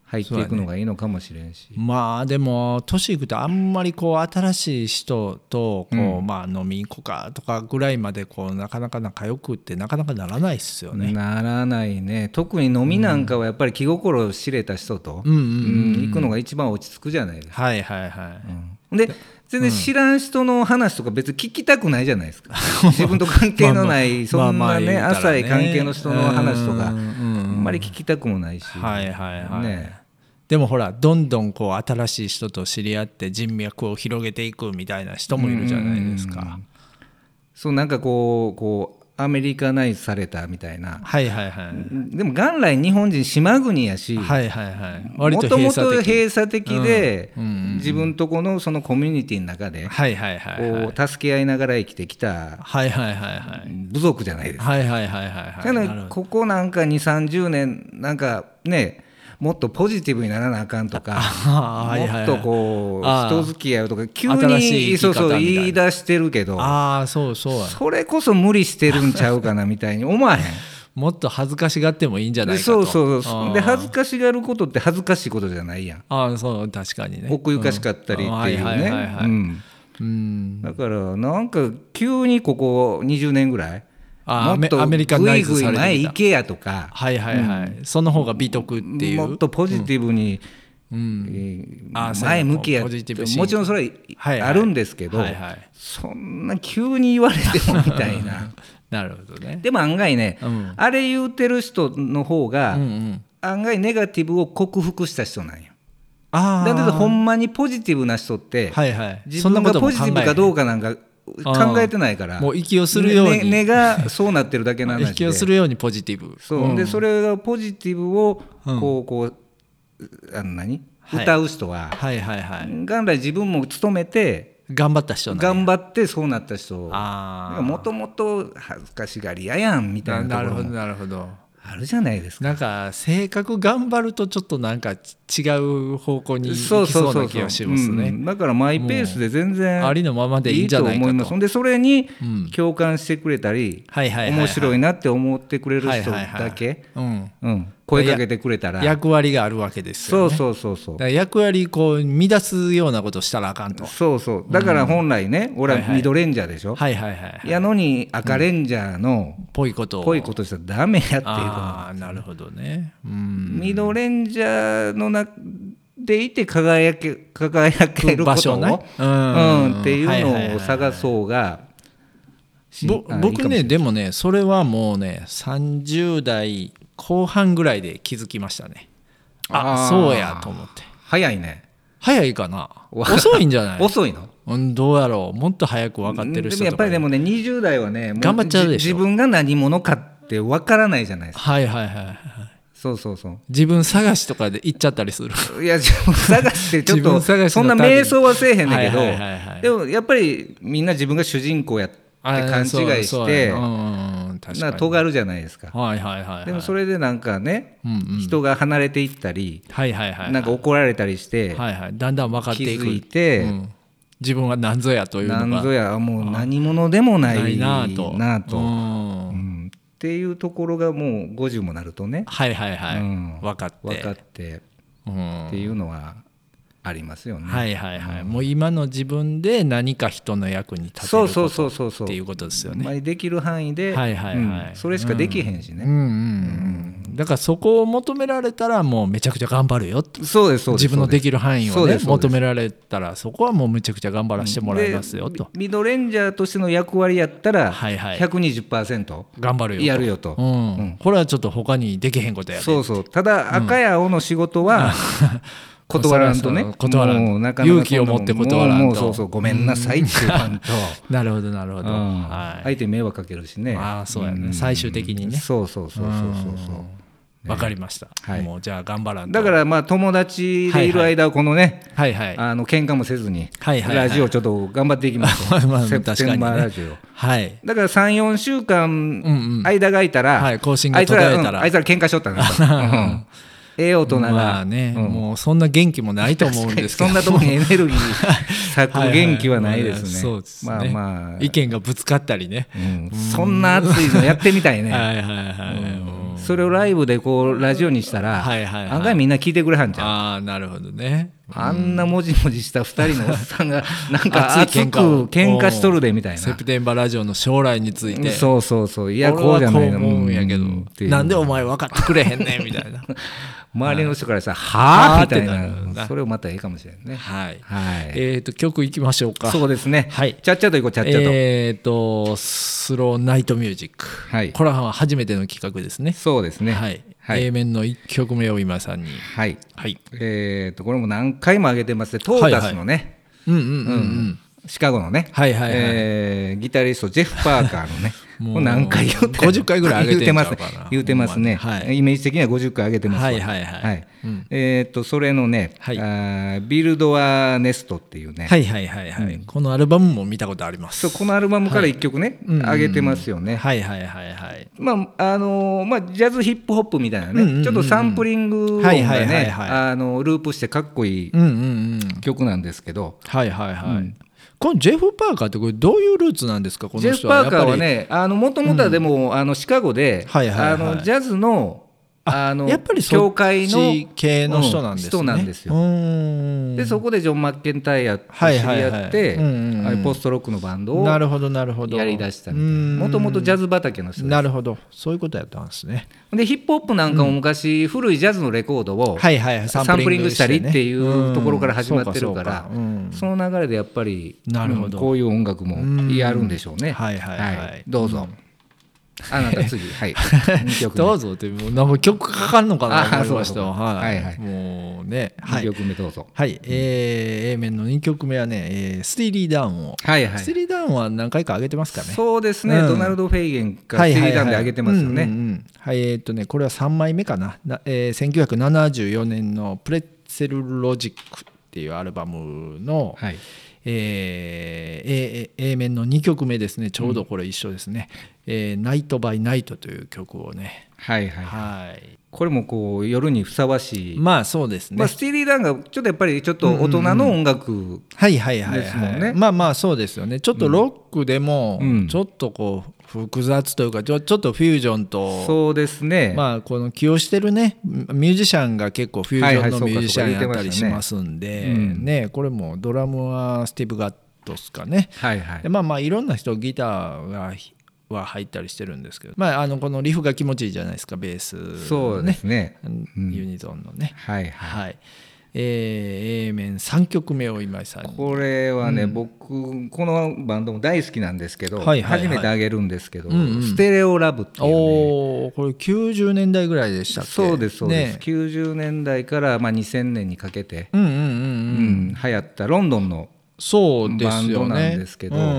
B: 入っていくのがいいのかもしれんし、
A: まあでも年いくとあんまりこう新しい人とこう、
B: うん
A: まあ飲みに行こうかとかぐらいまでこうなかなか仲良くってなかなかならないっすよね。
B: ならないね特に飲みなんかはやっぱり気心を知れた人と、
A: うんうんうん
B: うん行くのが一番落ち着くじゃないですか
A: はいはいはい。
B: で全然知らん人の話とか別に聞きたくないじゃないですか 自分と関係のないそ
A: まあ
B: ん
A: まあ
B: なね
A: まあまあ言うたら
B: 浅
A: ね
B: い関係の人の話とかあ
A: うんうんうん
B: んまり聞きたくもないし
A: はいはいはい、
B: ね
A: でもほらどんどんこう新しい人と知り合って人脈を広げていくみたいな人もいるじゃないですか。
B: そうなんかこうこうアメリカナイズされたみたいな
A: はいはいはい。
B: でも元来日本人島国やし
A: はいはいはい。
B: も
A: 割と
B: と
A: 閉
B: もと
A: 鎖的。
B: 閉鎖的で
A: うんうんうん
B: 自分とこのそのコミュニティの中で
A: はいはいはいはい。
B: こう助け合いながら生きてきた
A: はいはいはいはい。
B: 部族じゃないですか
A: はいはいはいはいはい。
B: だか
A: なる
B: ら
A: ほ
B: ここなんか2 3 0年なんかねもっとポジティブにならなあかんとか
A: どあー
B: もっとこう
A: あー
B: 人付き合いとか急
A: 新しい生
B: にそう
A: き方
B: そう
A: みたいな
B: 言い出してるけど
A: ああそうそうや
B: それこそ無理してるんちゃうかなみたいに思わへん
A: もっと恥ずかしがってもいいんじゃ ない
B: で
A: か
B: そ
A: と
B: うそうそうで恥
A: ず
B: ずかしがることって恥ずかしいことじゃないやん
A: ああそう確かにね
B: 奥ゆかしかったりっていう
A: うんはいはいはい
B: ね
A: はい
B: うん
A: うん
B: だからなんか急にここ20年ぐらい
A: あー
B: もっと
A: アメアメリカ
B: ぐ
A: ナイ
B: い
A: ズ
B: ぐい
A: されてきた
B: 前行けやとか
A: はいはいはい、その方が美徳っていう
B: もっとポジティブに
A: うん
B: えー
A: あー
B: 前向きや
A: そういうのポジティブシン
B: もちろんそれ
A: は
B: はい
A: はい
B: あるんですけど、
A: はいはい
B: そんな急に言われてもみたいな
A: なるほどね
B: でも案外ね、
A: うん
B: あれ言うてる人の方が、
A: うんうん
B: 案外ネガティブを克服した人なんよ
A: あ
B: だけどほ
A: ん
B: んまにポジティブな人って、
A: はいはい
B: 自分がポジティブかどう
A: か
B: かなんか
A: あー
B: 考えてないから
A: もう息をするように
B: ねね根がそうなってるだけの 話で
A: 引きをするようにポジティブ
B: そう、でそれがポジティブを
A: うん
B: こうこうあの何、
A: はい
B: 歌う人は、
A: はいはいはい
B: 元来自分も努めて
A: 頑張った人なんや
B: 頑張ってそうなった人
A: ああ
B: もともと恥ずかしがり屋やんみた
A: ないな
B: な
A: る
B: とこ
A: ほ
B: ろ
A: ど
B: も
A: なるほど
B: あるじゃないですか。
A: なんか性格頑張るとちょっとなんかち違う方向に行きそうな気がします
B: う
A: ね
B: んだからマイペースで全然
A: ありのままでいいんじゃないかと
B: いいと思いますほんでそれに
A: うん
B: 共感してくれたり、
A: はいはいはいはい
B: 面白いなって思ってくれる
A: はい
B: 人
A: はいはい
B: だけ、
A: うん
B: うん、声かけてくれたら、
A: 役割があるわけです
B: そ
A: よ
B: う
A: ね
B: そうそうそう
A: だから役割こう乱すようなことしたらあかんと
B: そうそうだから本来ね、俺
A: はい
B: は
A: はい
B: ミドレンジャーでしょ、
A: はいはいはい
B: やのに赤レンジャーの
A: ぽいことを
B: ぽいことしたらダメやっていうこと
A: ああなるほどねうん
B: ミドレンジャーの中でいて輝け輝けることを、
A: 場所ねう
B: うんんってい
A: はいはいは
B: う
A: い
B: の
A: はい
B: を探そうがし
A: ぼ
B: あいいかもし
A: 僕
B: れな
A: ね
B: い
A: でもねそれはもうね30代後半ぐらいで気づきましたねあ
B: あー
A: そうやと思って
B: 早いね
A: 早いかな
B: わ
A: 遅いんじゃない、
B: 遅いの
A: うん、どうやろうもっと早く分かってる
B: でも
A: 人
B: やっ
A: とか
B: ぱりで
A: も
B: もね20代はねもう
A: 頑張っちゃうでしょ
B: じ自分が何者かってわからないじゃないですか
A: はいはいはいはい
B: そうそうそう
A: 自分探しとかで行っちゃったりす る
B: いや自分探してちょっ
A: 自分
B: と
A: 探しの
B: そんな瞑想はせえへんねんけど
A: はいはいはいはい
B: でもやっぱりみんな自分が主人公やって勘違い
A: あーそう
B: し
A: そうや
B: て
A: なうんうんうん確か
B: な
A: に
B: 尖るじゃないですか
A: はいはいはい、はい、
B: でもそれでなんかね
A: うんうん
B: 人が離れていったり
A: はいはいはい
B: なんか怒られたりして
A: はいはいだんだん分かって
B: 気
A: いく
B: づいうて
A: ん、自分は何ぞやというのが
B: なんぞやもう何者でもな
A: ない
B: い
A: な
B: な
A: ぁと
B: ぁ
A: う
B: と
A: ん
B: うんっていうところがもう50もなるとね
A: はいはいはい、
B: うん
A: 分かって
B: 分かって
A: うん
B: っていうのはありますよね。
A: はいはいはい、もう今の自分で何か人の役に立てる
B: そうそう
A: こ
B: そうそう
A: と
B: そ
A: っていううことですよ
B: ま
A: ね。
B: あできる範囲で、
A: はいはいはい
B: うんそれしかできへんし
A: う
B: ね
A: ん、うんうん、だからそこを求められたらもうめちゃくちゃ頑張るよって
B: そうですそうです
A: 自分のできる範囲
B: そ
A: を
B: う
A: ね
B: ですそうです
A: 求められたらそこはもうめちゃくちゃ頑張らせてもらいますよと
B: でミドレンジャーとしての役割やったら
A: はいはい
B: 120%
A: 頑張るよと
B: やるよと、
A: うんこれはちょっと他にできへんことやで
B: そうそうただ赤や青の仕事は、 断らんとね
A: そうそう 断らんと
B: もうなかなか
A: 勇気を持って断らんと
B: もうもうそうそうごめんなさいって言わんと、
A: なるほどなるほど、
B: うん
A: はい、
B: 相手に迷惑かけるしね
A: ああそうやね、
B: ん
A: 最終的にね
B: そうそうそうそうそうそう
A: わかりました、
B: はい
A: もうじゃあ頑張らんと
B: だからまあ友達でいる間はこのね、
A: はいはい
B: あの喧嘩もせずに、
A: はいはいはい
B: ラジオちょっと頑張っていきましょう、
A: まあ
B: セプ
A: 確か
B: テ
A: に
B: ン
A: ね
B: バーラジオ。
A: はい
B: だから3、4週
A: うんう
B: 間
A: ん
B: 間が空いたら、
A: はい更新が
B: あいつら、
A: 途
B: う
A: 絶えた
B: ん
A: ら
B: あいつら喧嘩しとった なと、うんええ大人が、
A: まあね、
B: うん
A: もうそんな元気もないと思うんですけ
B: そ
A: ど
B: ん なとこにエネルギー削減気はないですね。
A: そうですね
B: まあまあ、
A: 意見がぶつかったりね、
B: うんそんな熱いのやってみたいね。
A: はいはいはい、うん
B: それをライブでこうラジオにしたら、
A: はいはいはい
B: 案外みんな聞いてくれはんじゃん。
A: ああなるほどね
B: あんなもじもじした2人のおっさんがなんか
A: 熱い
B: 熱
A: 喧
B: く
A: 嘩を
B: 喧嘩しとるでみたい
A: セプ
B: な。
A: テンバーラジオの将来について
B: そうそうそういや
A: 俺
B: こう
A: は
B: じゃ
A: こう
B: ないの
A: 思うんやけど
B: うんっていう
A: なんでお前分かってくれへんねんみたいな
B: 周りの人からさ「は
A: はあ
B: あ?」みたい
A: ってなるな
B: なそれをまたええかもしれないね。
A: はい、
B: はい、
A: えっ、と曲いきましょうか
B: そうですね、
A: はい
B: ちゃっちゃといこうちゃっちゃと、
A: えっ、とスローナイトミュージック、
B: はい
A: これは初めての企画ですね
B: そうですね
A: はい、
B: はい
A: A 面の1曲目を今さんに
B: はい
A: はい
B: えー、とこれも何回も上げてますねトータスのね、
A: うんうんうんうん、
B: シカゴのね、
A: はいはいはい
B: えーギタリストジェフ・パーカーのね
A: もう
B: これ何回言うてんの
A: 50回ぐらい上げてんちゃ
B: 言
A: うか
B: うて
A: な
B: ます言うてますね、
A: ほんまには
B: イメージ的には50回上げてますわ
A: はいはいはいうん
B: えー、とそれのね、
A: はい
B: あービルド・ア・ネストっていうね、
A: はいはいはいはい、このアルバムも見たことあります
B: そうこのアルバムから1曲ね、上げてますよね、
A: はいはいはいはい
B: まああのーまあ、ジャズヒップホップみたいなね、
A: うんうんうんうん
B: ちょっとサンプリング音が
A: は
B: ね、
A: いはいはいはい
B: あのループしてかっこいい
A: うんうんうん
B: 曲なんですけど、
A: はいはいはい、このジェフ・パーカーってこれどういうルーツなんですかこ
B: ジ
A: の
B: ェフ・
A: 人はや
B: パー
A: っぱ
B: カー
A: り
B: はねもともとはでも、あのシカゴで、
A: はいはいはい
B: あのジャズのあの
A: やっぱりそ
B: 教
A: っ
B: 会
A: ち
B: の
A: 系の人なんですね、
B: うん人なんですよ
A: うーん
B: でそこでジョン・マッケンタイヤと知
A: はい
B: り
A: はいはい
B: 合って
A: うんうんうん
B: あれポストロックのバンド
A: なる
B: を
A: ほどなるほど
B: やりだした
A: も
B: もともとジャ
A: ズ
B: ズ畑の人です
A: なるほどそういうことやったんですね
B: でヒップホップなんかも昔、古いジャズのレコードを
A: はいはいはい
B: サンプリングしたり
A: ね
B: っていうところから始まって
A: う
B: る
A: ん
B: か
A: そう
B: ら
A: そううん
B: その流れでやっぱり
A: なるほど
B: うんこういう音楽もやるんでしょうね、
A: うんはいはいはい
B: どうぞ、あなた次はい 二曲目
A: どうぞってもうなんか曲かかんのかなと
B: あ
A: 思いました
B: そう
A: よ
B: か
A: は
B: はいはい
A: いもうねは
B: 2
A: い
B: 曲目どうぞ、
A: はいえー A 面の2曲目はねえースティーリーダウンを
B: はいはい
A: スティーリーダウンは何回か上げてますかね
B: そうですね、
A: うん
B: ドナルド・フェイゲンか
A: はい
B: ス
A: は
B: テ
A: いはい
B: リーダンで上げてますよね、
A: うんうんうんはい、えーっとね、これは3枚目かな。なえー、1974年のプレッツェルロジックっていうアルバムの、
B: はい
A: えー A, A 面の2曲目ですね。ちょうどこれ一緒ですね。えーナイトバイナイトという曲をね。
B: はいはい
A: はい。
B: これもこう夜にふさわしい、
A: まあそうですね。
B: まあ、スティーリー・ダンがちょっとやっぱりちょっと大人の音楽、
A: はいはいはい、
B: ですも
A: は
B: ん
A: い
B: ね
A: まあまあそうですよねちょっとロックでも
B: うん
A: ちょっとこう複雑というかちょちょっとフュージョンと
B: そうですね、
A: まあこの起用してるねミュージシャンが結構フュージョン
B: はいはいそう
A: の
B: か
A: ミュージシャンやったりし
B: そうか言ってま
A: ま
B: し
A: すんで、
B: ね
A: ね
B: うん
A: これもドラムはスティーブ・ガットっすかね、
B: はいはい
A: でまあまあいろんな人ギターがは入ったりしてるんですけど、まあ、あのこのリフが気持ちいいじゃないですかベース、ね、
B: そうですねうん
A: ユニゾンのね、
B: はいはい
A: はいえー、A 面3曲目を今井さんに
B: これはね、僕このバンドも大好きなんですけど、
A: はいはいはい
B: 初めてあげるんですけど、
A: うんうん
B: ステレオラブっていう、ね、
A: おおこれ90年代ぐらいでしたっけ
B: そうですそうです、
A: ね、
B: 90年代から、まあ、2000年にかけて、
A: うんうんうん
B: う
A: うんん、
B: 流行ったロンドンの
A: そうですよね
B: バンドなんですけど
A: うんうんう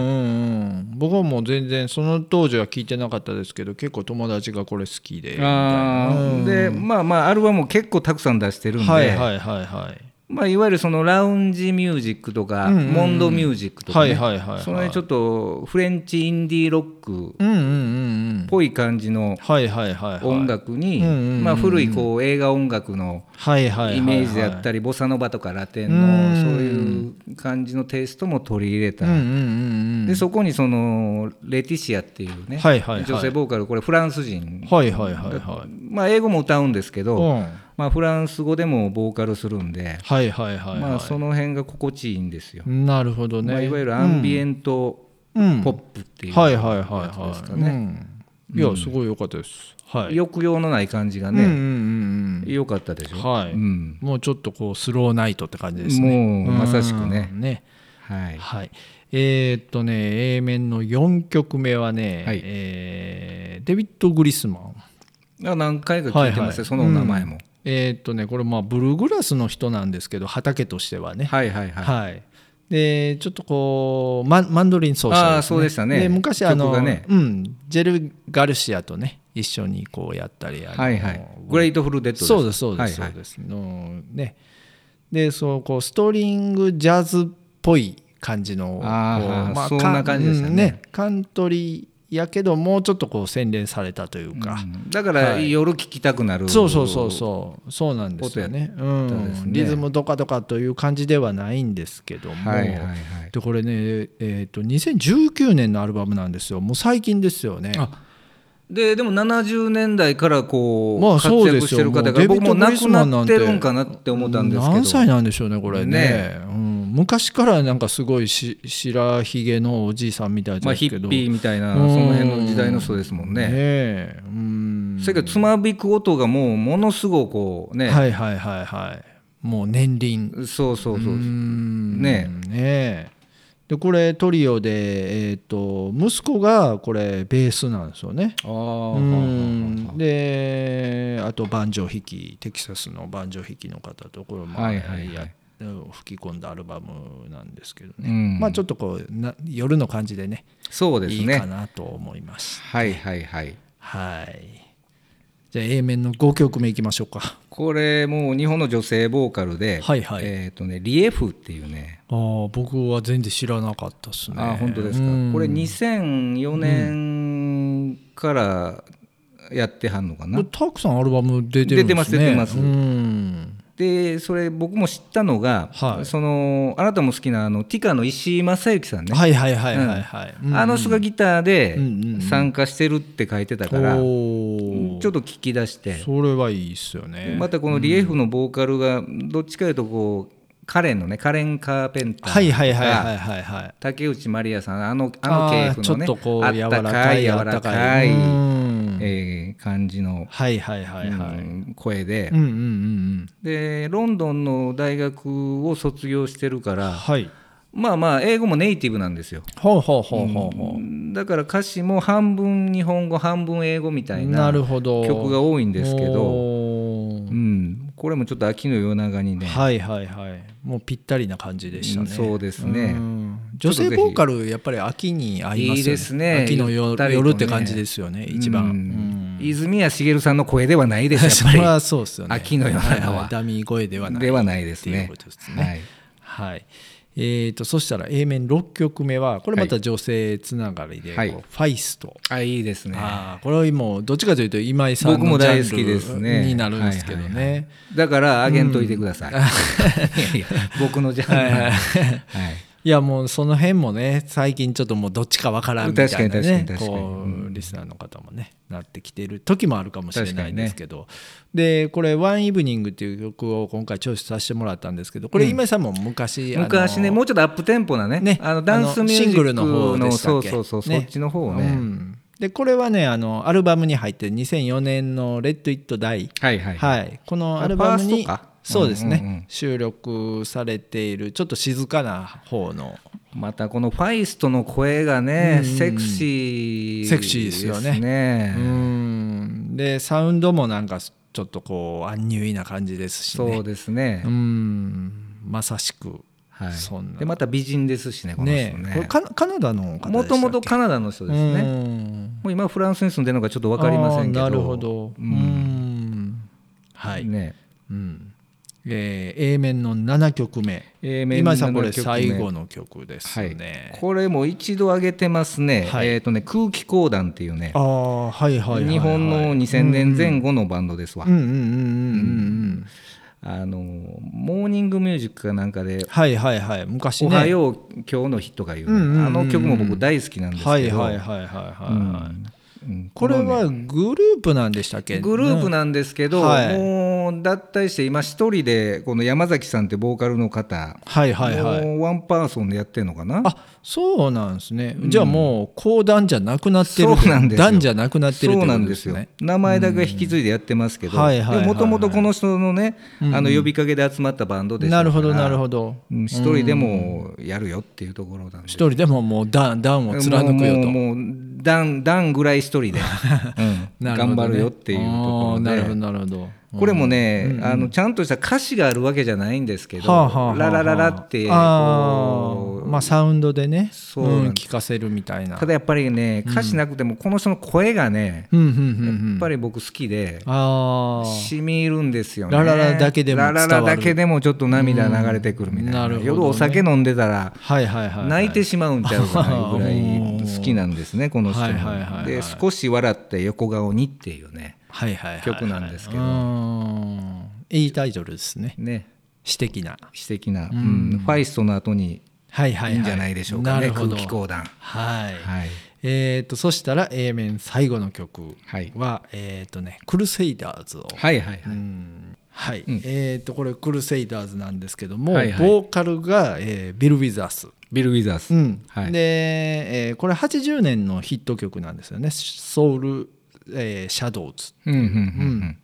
A: ん、僕はもう全然その当時は聞いてなかったですけど結構友達がこれ好きでみたいなうん
B: でまあまあアルバムも結構たくさん出してるんで、
A: はい
B: い
A: はいはいはい
B: まあ、いわゆるそのラウンジミュージックとか、
A: うんうんうん
B: モンドミュージックとか、ね
A: はいはいはいはい
B: その辺ちょっとフレンチインディーロック
A: うんうんうんう
B: っ
A: ん
B: ぽい感じの
A: はいはいはいはい
B: 音楽に、
A: うんうんうんうん
B: まあ、古いこう映画音楽の
A: はいはいはいはい
B: イメージであったり、ボサノバとかラテン
A: う
B: の
A: ん
B: そういう感じのテイストも取り入れた、
A: うんうんうんうん
B: でそこにそのレティシアっていうね、
A: はいはいはい
B: 女性ボーカルこれフランス人、
A: はいはいはいはい
B: まあ、英語も歌うんですけど、
A: うん
B: まあ、フランス語でもボーカルするんで、
A: はいはいはい
B: まあ、
A: は
B: その辺が心地いいんですよ
A: い、なるほどね、
B: まあ、いわゆるアンビエント
A: うん
B: ポップっていう、
A: はいはいはい
B: やつです
A: は
B: か
A: い、うん、いやすごい良かったですはい
B: 抑揚のない感じが
A: うんうん
B: ね
A: うんうん
B: 良、かったでしょ、
A: はい
B: うん
A: もうちょっとこうスローナイトって感じですね。
B: もうまさしくね
A: うんね
B: はい、
A: はい。えーっとね、A 面の4曲目はね、
B: はい
A: えーデビッド・グリスマン。
B: あ何回か聞いてますよ、そのお名前も、
A: えーっとね、これまあブルーグラスの人なんですけど、畑としてはね。
B: はいはいはい、
A: はい。で、ちょっとこうマンマンドリン奏者です、ね。
B: あーそうでしたね
A: で昔あ
B: 曲
A: の、
B: がね
A: うん、ジェル・ガルシアとね、一緒にこうやったりあの
B: はいはいグレイトフルデッド
A: そうですそうですそ
B: はいうはい
A: です。のねでそうこうストリングジャズっぽい感じの
B: あー
A: こ
B: はーそんな感じでしたね
A: うんカントリーやけどもうちょっとこう洗練されたというか、
B: うんだから、
A: はい
B: 夜聴きたくなる
A: そうそうそうそうそうなんですよね,、う
B: ったですね
A: ん、リズムドカドカという感じではないんですけども、
B: はいはいはい
A: でこれね、えー、と2019年のアルバムなんですよもう最近ですよね。
B: あででも70年代からこう、
A: まあ
B: 活
A: そう
B: 躍
A: です
B: して
A: よ
B: る方
A: もう
B: が
A: デビ
B: 僕
A: ッ
B: も
A: ド
B: う亡
A: グリ
B: く
A: スマン
B: な
A: な
B: っ
A: ん
B: て
A: て
B: るんかなって思ったんですけど
A: 何歳なんでしょうねこれね
B: ね
A: うん、昔からなんかすごいし白ひげのおじいさんみたい
B: まあ、
A: です
B: ヒ
A: けど、
B: ッピーみたいなそ
A: うん
B: の辺の時代の人ですもんね。
A: えうん
B: それからつまびく音がもうものすごくこうね、
A: はいはいはいはいもう年輪
B: そうそうそう
A: うーん
B: ね
A: ねえでこれトリオで、えー、と息子がこれベースなんですよね
B: あ
A: う
B: あ
A: んであとバンジョー弾きテキサスのバンジョー弾きの方とこれも、
B: はいはいはい
A: や吹き込んだアルバムなんですけどね、
B: うん
A: まあちょっとこうな夜の感じでね
B: そうです
A: いいか
B: ね。
A: なと思います
B: はいはいはい。
A: はいじゃあ A 面の5曲目いきましょうか
B: これもう日本の女性ボーカルで、
A: はいはい
B: えっ、とねリエフっていうね。
A: あー僕は全然知らなかったですね
B: あー本当ですか。
A: うん
B: これ2004年からやってはんのかな。
A: たくさんアルバム出てるんですね
B: 出てます出てます
A: うん
B: でそれ僕も知ったのが、
A: はい
B: そのあなたも好きなあのティカの石井正幸さんね。
A: はいはいはいはいはい、うん
B: あの人がギターで
A: うんうんうん
B: 参加してるって書いてたから、
A: おーお
B: ちょっと聞き出して
A: それはいいっすよね
B: またこのリエフのボーカルがどっちかというとこうカレンのねカレン・カーペンター
A: はいはいはいはいはいはい
B: 竹内まりやさんあのあの系
A: ー
B: 譜
A: ちょ
B: の
A: っ
B: ね
A: とこう
B: あっ
A: 柔ら
B: た
A: か
B: か
A: い
B: い柔
A: 柔
B: ら
A: ら
B: か
A: か
B: い
A: いうん
B: えー感じの、
A: はいはいはいはい
B: うん声で、
A: うんうんうん
B: でロンドンの大学を卒業してるか
A: うん
B: ら
A: はい
B: まあまあ英語もネイティブなんですよ
A: ほうほうほうほうほ
B: だから歌詞も半分日本語半分英語みた
A: う
B: い
A: な
B: な
A: るほど
B: 曲が多いんですけど、
A: お
B: う
A: ー
B: ん、これもちょっと秋の夜長にね、
A: はいはいはいもうぴったりな感じでしたね
B: うんそうですね
A: うん女性ボーカルやっぱり秋に合いますよね
B: いいですね
A: 秋の
B: ゆっ
A: 夜,、
B: たりとね
A: 夜って感じですよね一番、
B: う
A: うんん
B: 泉谷しげるさんの声ではない です
A: そ
B: やっ
A: れ
B: ぱ
A: はそうですよね
B: 秋の夜長は
A: ダミー声では
B: り
A: ない
B: ではないです
A: っていう
B: ね
A: ことですね
B: はい
A: はい。えー、とそしたら A 面6曲目はこれまた女性つながりで、
B: はい
A: こうファイスト、
B: あいいですね
A: あーこれはもうどっちかというと今井さん
B: 僕も
A: のジ
B: 大
A: ャ
B: 好きです
A: ン
B: ね
A: ルになるんですけど
B: はいはいは
A: ね。
B: だからあげんといてください、いやいや僕のジャンルなん で
A: はい
B: はい
A: いやもうその辺もね最近ちょっともうどっちかわからんみたいな
B: 確かに
A: ね
B: 確かに確かに
A: こ
B: う
A: うリスナーの方もねなってきてる時もあるかもしれないんですけど、でこれ「ワンイブニングっていう曲を今回チョイスさせてもらったんですけどこれ今井さんも昔、あの
B: 昔ねもうちょっとアップテンポなね
A: ね
B: あのダンスミュージック
A: シングルの方でした
B: そ
A: っ
B: う
A: け
B: そうそう、
A: ね
B: そっちの方をね、
A: うんでこれはねあのアルバムに入ってる2004年の「レッド・イット・ダイ」
B: はいはい
A: はい、このアルバムに
B: ファーストか
A: そうですね、
B: うんうんうん
A: 収録されているちょっと静かな方の
B: またこのファイストの声がね、
A: うんうん
B: セクシー
A: セクシーですよねうーんでサウンドもなんかちょっとこうアンニュイな感じですしね
B: そうですね、
A: うーんまさしく
B: はい
A: そんな
B: でまた美人ですしねこの人
A: ね
B: ね
A: これカナカナダの方でしたっけ
B: もともとカナダの人ですね、
A: う
B: も
A: ーん
B: う今フランスに住んでるのかちょっと分かりませんけど
A: あーなるほどう
B: う
A: ーん
B: ん
A: はい、
B: ね
A: うんえー A 面の7曲目
B: A 面
A: 今井さんこれ
B: 7曲目
A: 最後の曲です
B: はい
A: ね、
B: これも一度上げてますね、
A: はい
B: えっ、とね空気講談っていうね
A: ああはいはいはい、はい、
B: 日本の2000年前後のバンドですわ、
A: うんうんうんうんうんうん
B: あのモーニングミュージックかなんかで
A: はいはいはい
B: 「
A: 昔
B: お
A: ね
B: はよう今日の日」とかいう,、
A: うんうんうんうん
B: あの曲も僕大好きなんですけど、
A: はいはいはいはいはい、
B: うんうん
A: これ
B: のね
A: はグループなんでしたっけ
B: グループなんですけど、
A: はい
B: もう脱退して今一人でこの山崎さんってボーカルの方、
A: はいはいはい
B: もうワンパーソンでやってるのかな
A: あそうなんですね、じゃあもう講談じゃなくなってる
B: そうなんですよ
A: 段じゃなくなってるって
B: そう
A: こ
B: なん
A: と
B: で
A: ですす
B: よ
A: ね
B: 名前だけ引き継いでやってますけど
A: うんはいはいはいはい
B: もともとこの人のね、あの呼びかけで集まったバンドでした
A: なるほどなる
B: ど
A: ほど
B: 一人でもやるよっていうところなんで
A: 一人でももう段段を貫くよと
B: もうもう段段ぐらい一 人で、うん
A: なるほ
B: 頑
A: どね
B: 張るよっていうとこ
A: あー
B: ろ
A: なる
B: で
A: ほどなるほど
B: これもね、あのちゃんとした歌詞があるわけじゃないんですけど「
A: はあはあはあはあ
B: ララララ」って
A: あ
B: こ
A: ー
B: う
A: まあサウンドでね
B: そうなんで
A: ん
B: す
A: 聞かせるみたいな
B: ただやっぱりね歌詞なくてもこの人の声がね、
A: うんうんうんうん
B: やっぱり僕好きで。
A: ああ
B: 染み入るんですよね。
A: ラララだけでも伝わる
B: ラララだけでもちょっと涙流れてくるみたいな。
A: うんなるほどね
B: 夜お酒飲んでたら
A: はいはいはいはい
B: 泣いてしまうんちゃうかなぐらい
A: うん
B: 好きなんで すねこの人
A: はいはいはいは
B: も。
A: い
B: で少し笑って横顔にっていうね
A: はいはいはいはい
B: 曲なんですけど
A: うんいいタイトルですね
B: ね
A: 詩的な
B: 詩的な、うんファイストの後に
A: はいはいはい
B: いいんじゃないでしょうか
A: な
B: ね
A: るほ
B: 空
A: ど
B: 気講談。
A: はい、
B: はい
A: えー、とそしたら A 面最後の曲
B: はい
A: は、えーとね、クルセイダーズを、
B: はいはいは
A: う
B: い。
A: んはい
B: うん
A: えー、とこれクルセイダーズなんですけども、
B: はいはい
A: ボーカルが、えービル・ウィザース、
B: ビル・ウィザース。
A: うん
B: はい
A: で、えーこれ80年のヒット曲なんですよね「ソウル・えーシャドウズ」
B: うんうんうん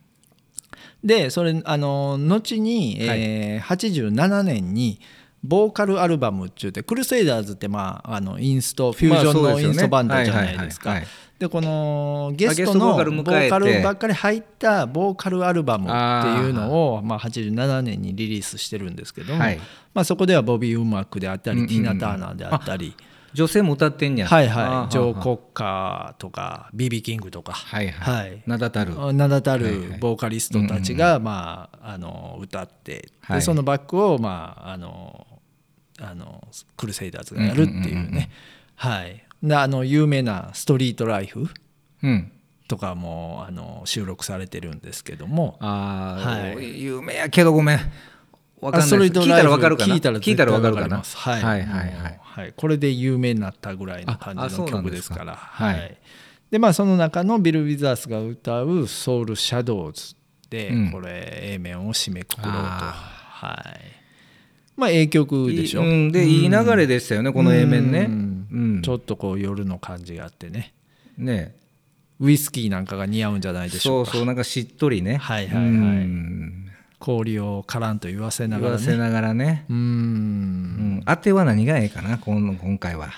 A: でそれあの後に、えー87年にボーカルアルバムっていうてクルセイダーズってまああのインストフュージョン
B: まあそう
A: の
B: です
A: イ
B: よね
A: ンストバンドじゃないです
B: はい
A: か
B: はいはいは。
A: でこのゲス
B: あゲ
A: ト
B: ストボ
A: の
B: ー
A: ボ
B: カル迎えて
A: ーカルばっかり入ったボーカルアルバムっていうのをまあ87年にリリースしてるんですけども、
B: はい
A: まあそこではボビー・ウーマックであったり、
B: うんうんう
A: テ
B: ん
A: ィーナ・ターナーであったり、
B: 女性も歌ってんや。
A: はい
B: あーは
A: はい
B: ー
A: い、ジョー・コッカーとか BB キングとか、
B: はいは
A: はい
B: い。名だたる。
A: 名だた
B: はいは
A: る
B: い
A: ボーカリストたちが、まあ、あの歌って、
B: はい
A: でそのバックを、まあ、あのあのクルセイダーズがやるっていうね、
B: うんうんうんうん
A: はい、であの有名な「ストリート・ライフ
B: うん。」
A: とかもあの収録されてるんですけども
B: ああ、
A: は
B: 有名やけどごめん。わかん
A: あス
B: な
A: ト
B: い
A: リート
B: です。聞い
A: ライ
B: た
A: フ
B: らわかるかな。聞いたらわか
A: 絶対わか
B: るか
A: り
B: な
A: ま。すはい
B: はいはいはい
A: もうこれで有名になったぐらいの感
B: ああ
A: じの
B: そうなん
A: 曲
B: で
A: ですす
B: か
A: から
B: はい
A: はいでまあその中のビル・ウィザースが歌う「ソウル・シャドウズ」で、
B: うん
A: これ A 面を締めくくろうと
B: あ
A: はいまあ A 曲でしょ、
B: うん、でいい流れでしたよねこの A 面ね
A: う
B: うんん、
A: ちょっとこう夜の感じがあってね
B: ね
A: ウイスキーなんかが似合うんじゃないでしょ
B: そうう
A: か
B: そうなんかしっとりね
A: はいはいはい
B: うん
A: 氷をからんと言わせな
B: 言
A: がら
B: わせ
A: ね
B: ながらね
A: うー
B: うんん当ては何がええかな今今回は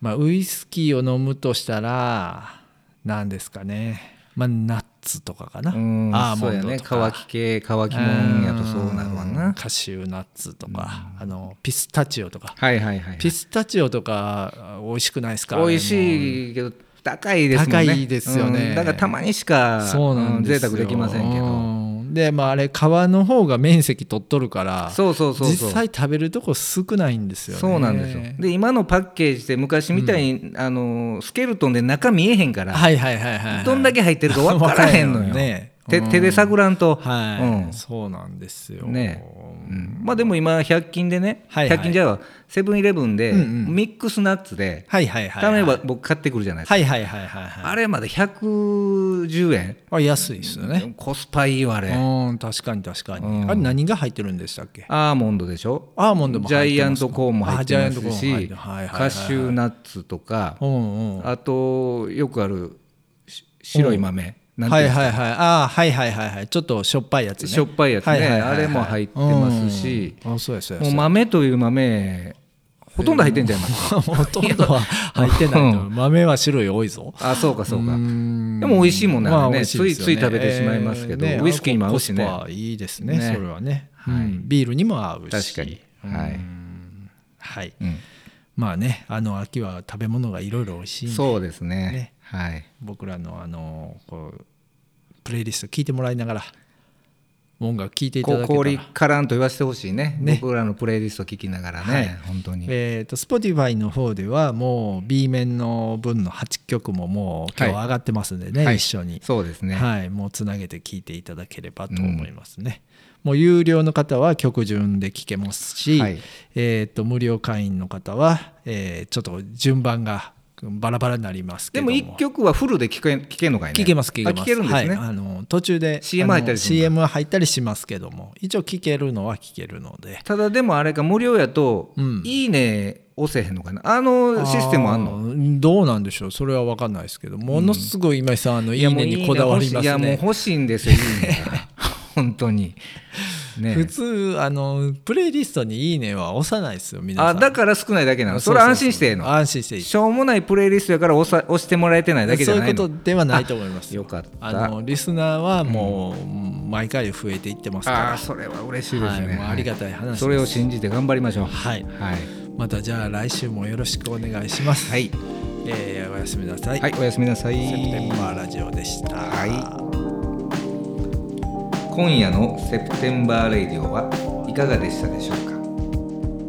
A: まあウイスキーを飲むとしたら何ですかねまあナッツとかかな
B: うん
A: アーモ
B: そう
A: ン
B: や
A: ド
B: ね
A: とか
B: 乾き系乾きもんやとそうなるわ
A: う
B: なん
A: カシューナッツとかあのピスタチオとか
B: はいはいはい
A: ピスタチオとか美味しくないですか
B: 美味
A: い
B: しいけど高いですもんね
A: 高いですよね
B: うんだからたまにしか
A: そうなんですよ
B: うん贅沢できませんけど
A: うんでまああれ皮の方が面積取っとるから
B: そうそうそうそう
A: 実際食べるとこ少ないんですよね
B: そうなんですよで今のパッケージで昔みたいに、あのスケルトンで中見えへんから、
A: はいはいはいはいはい
B: どんだけ入ってるか分からへ んのよ
A: わからね
B: 手手で探らんと、
A: はい、
B: うん
A: そうなんですよ
B: ねうんまあでも今100均でね、
A: はいはい
B: 100均じゃあセブンイレブンで
A: うんうん
B: ミックスナッツで、
A: はいはいはい
B: たま
A: はい
B: に
A: は
B: は僕買ってくるじゃないですか、
A: いはいはいはいはい
B: あれまで110円、
A: あ安いですよね
B: コスパいいわあれ、
A: うん確かに確かに、
B: うん
A: あれ何が入ってるんでしたっけ
B: アーモンドでしょ
A: アーモンドも
B: ジャ
A: 入っ
B: イ
A: て
B: ア
A: ま
B: ン
A: すか
B: トコーンも入ってま
A: あジャイアントコーン
B: す
A: も
B: し、
A: 入ってはいはいはいはい
B: カシューナッツとか、
A: うんうん
B: あとよくあるし白い豆、なんて
A: はいいう
B: の
A: はいはいあーはいはいはいはいちょっとしょっぱいやつね
B: しょっぱいやつね
A: ははは
B: あれも入ってますし
A: うんあそうですそうで
B: もう
A: す
B: 豆という豆ほとんど入ってんじゃいますか、
A: ほとんどは入ってないと思う豆は種類多いぞ
B: あそうかそうかでも美味しいもんな
A: まあ
B: んでね,、
A: 美味し
B: つい
A: ですよね
B: つい食べてしまいますけど、
A: えーね
B: ウイスキーにも合うしね
A: コスパいいですね
B: ね
A: それはね、うんビールにも合うし
B: 確かに、はい、
A: はい、
B: うん
A: まあねあの秋は食べ物がいろいろ美味しいんで
B: そうですね
A: ね
B: はい
A: 僕らのあのこうプレイリスト聞いてもらいながら音楽聞いていただ
B: こ
A: けたら
B: 氷からんと言わせてほしいね
A: ね
B: 僕らのプレイリスト聞きながらね、本当に、
A: えー、と Spotify の方ではもう B 面の分の8曲ももう今日
B: はい
A: 上がってますんでね、
B: はい
A: 一緒に、
B: そうですね、
A: はい、もうつなげて聴いていただければと思いますね、もう有料の方は曲順で聴けますし、
B: はい
A: えー、と無料会員の方は、えーちょっと順番がバラバラになりますけ
B: で
A: ど
B: も
A: も
B: 一曲はフルで聞け聞けんのかいね
A: 聞けます聞けます
B: あ聞けるんですね、
A: はい、あの途中で
B: CM 入ったりするんだ
A: CM 入ったりしますけども一応聴けるのは聴けるので
B: ただでもあれか無料やと「
A: うん
B: いいね」押せへんのかなあのシステムあんの
A: のどうなんでしょうそれは分かんないですけどものすごい今井さんあの「いい
B: もう
A: ね」にこだわりま
B: いや
A: す
B: もう
A: ね
B: 欲しいんですよ「いい ねが」本当に
A: 普
B: ね
A: 通あのプレイリストに「いいね」は押さないですよ皆さ
B: あ
A: ん
B: だから少ないだけなのそれ
A: ううう
B: 安心してええの
A: 安心していい
B: しょうもないプレイリストやから押さ押してもらえてないだけじ
A: そ
B: ゃ
A: う
B: ないいうの
A: ことではないと思います
B: よかった
A: あのリスナーはもう毎回増えていってます
B: ああ
A: か
B: それは嬉しい
A: ら、
B: で
A: は
B: す
A: い、
B: ね、
A: もうありがたい話です
B: それを信じて頑張りましょう
A: はい
B: はい、
A: またじゃあ来週もよろしくお願いします、
B: はい
A: えーおやすみなさい、
B: はいおやすみなさい
A: セプテンバーラジオでした、
B: 今夜のセプテンバーレイディオはいかがでしたでしょうか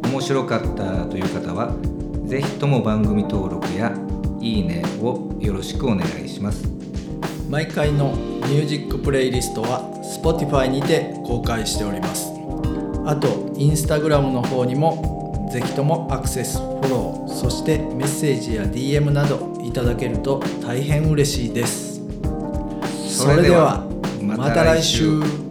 B: 面白かったという方はぜひとも番組登録やいいねをよろしくお願いします
C: 毎回のミュージックプレイリストは Spotify にて公開しておりますあと Instagram の方にもぜひともアクセスフォローそしてメッセージや DM などいただけると大変嬉しいですそれではまた来週